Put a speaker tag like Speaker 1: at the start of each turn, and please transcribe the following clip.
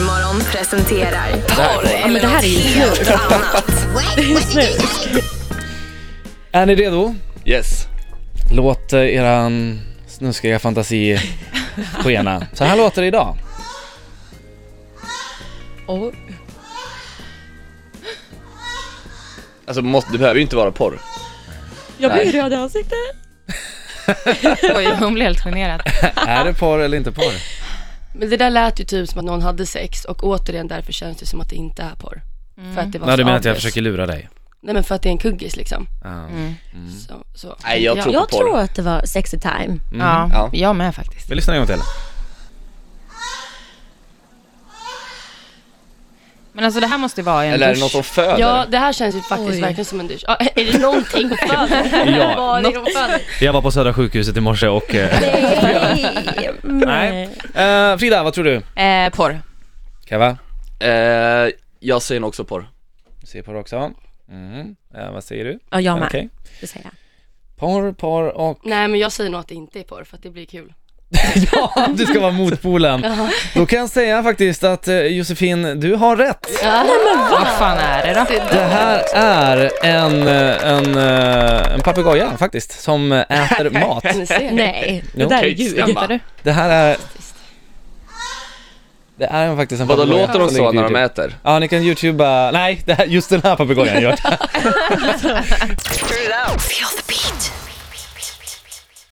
Speaker 1: Morgon presenterar porr
Speaker 2: Ja,
Speaker 1: eller
Speaker 2: men det här är ju
Speaker 1: något helt annat.
Speaker 3: Är ni redo?
Speaker 2: Yes.
Speaker 3: Låt eh, eran snuskiga fantasi skena. Så här låter det idag.
Speaker 4: Och,
Speaker 2: Alltså måste, det behöver ju inte vara porr.
Speaker 4: jag blir röd i ansiktet.
Speaker 5: Oj, hon blev helt generad.
Speaker 3: Mm. Är det porr eller inte porr?
Speaker 4: Men det där lät ju typ som att någon hade sex och återigen därför känns det som att det inte är porr. För att det var
Speaker 3: Nej,
Speaker 4: så
Speaker 3: du menar att jag
Speaker 4: obvious.
Speaker 3: försöker lura dig? Ah. Mm.
Speaker 4: Nej men för att det är en kuggis liksom.
Speaker 3: Ja.
Speaker 4: Så, så.
Speaker 2: Nej jag tror
Speaker 6: Jag
Speaker 2: på porr.
Speaker 6: tror att det var sexy time.
Speaker 5: Ja,
Speaker 2: Ja.
Speaker 5: jag med faktiskt.
Speaker 3: Vi lyssnar en gång till.
Speaker 5: Men alltså det här måste ju vara en
Speaker 2: Eller är det
Speaker 5: dusch.
Speaker 2: någon som föder?
Speaker 4: Ja det här känns ju faktiskt
Speaker 6: Oj.
Speaker 4: verkligen som en dusch. Ja, är det någonting hon föder?
Speaker 3: Ja,
Speaker 4: Vad är det hon föder?
Speaker 3: Jag var på Södra sjukhuset i morse och... eh, Nej.
Speaker 6: Nej.
Speaker 3: Eh, Frida, vad tror du?
Speaker 5: Eh, porr.
Speaker 3: Keva?
Speaker 2: Eh, jag säger nog också porr.
Speaker 3: Du ser porr också. Mm. Eh, vad säger du?
Speaker 6: Ja, jag med.
Speaker 3: Okej.
Speaker 6: Det säger jag.
Speaker 3: Porr, porr och...
Speaker 4: Nej men jag säger nog att det inte är porr för att det blir kul.
Speaker 3: ja, du ska vara motpolen. Då kan jag säga faktiskt att eh, Josefin, du har rätt.
Speaker 5: Vad fan är det då?
Speaker 3: Det här är en, eh, en, eh, en papegoja faktiskt, som eh, äter mat.
Speaker 4: Ni ser.
Speaker 6: Nej, det
Speaker 3: Jo.
Speaker 6: där är
Speaker 2: Okej,
Speaker 6: ljug.
Speaker 2: stämma.
Speaker 3: Det här är... Det är en- faktiskt en
Speaker 2: Vadå
Speaker 3: papegoja
Speaker 2: låter de
Speaker 3: som
Speaker 2: så
Speaker 3: ligger på
Speaker 2: när de
Speaker 3: YouTube.
Speaker 2: äter?
Speaker 3: Ja, ni kan youtuba... Nej, det här, just den här papegojan gör det.
Speaker 1: Feel the beat.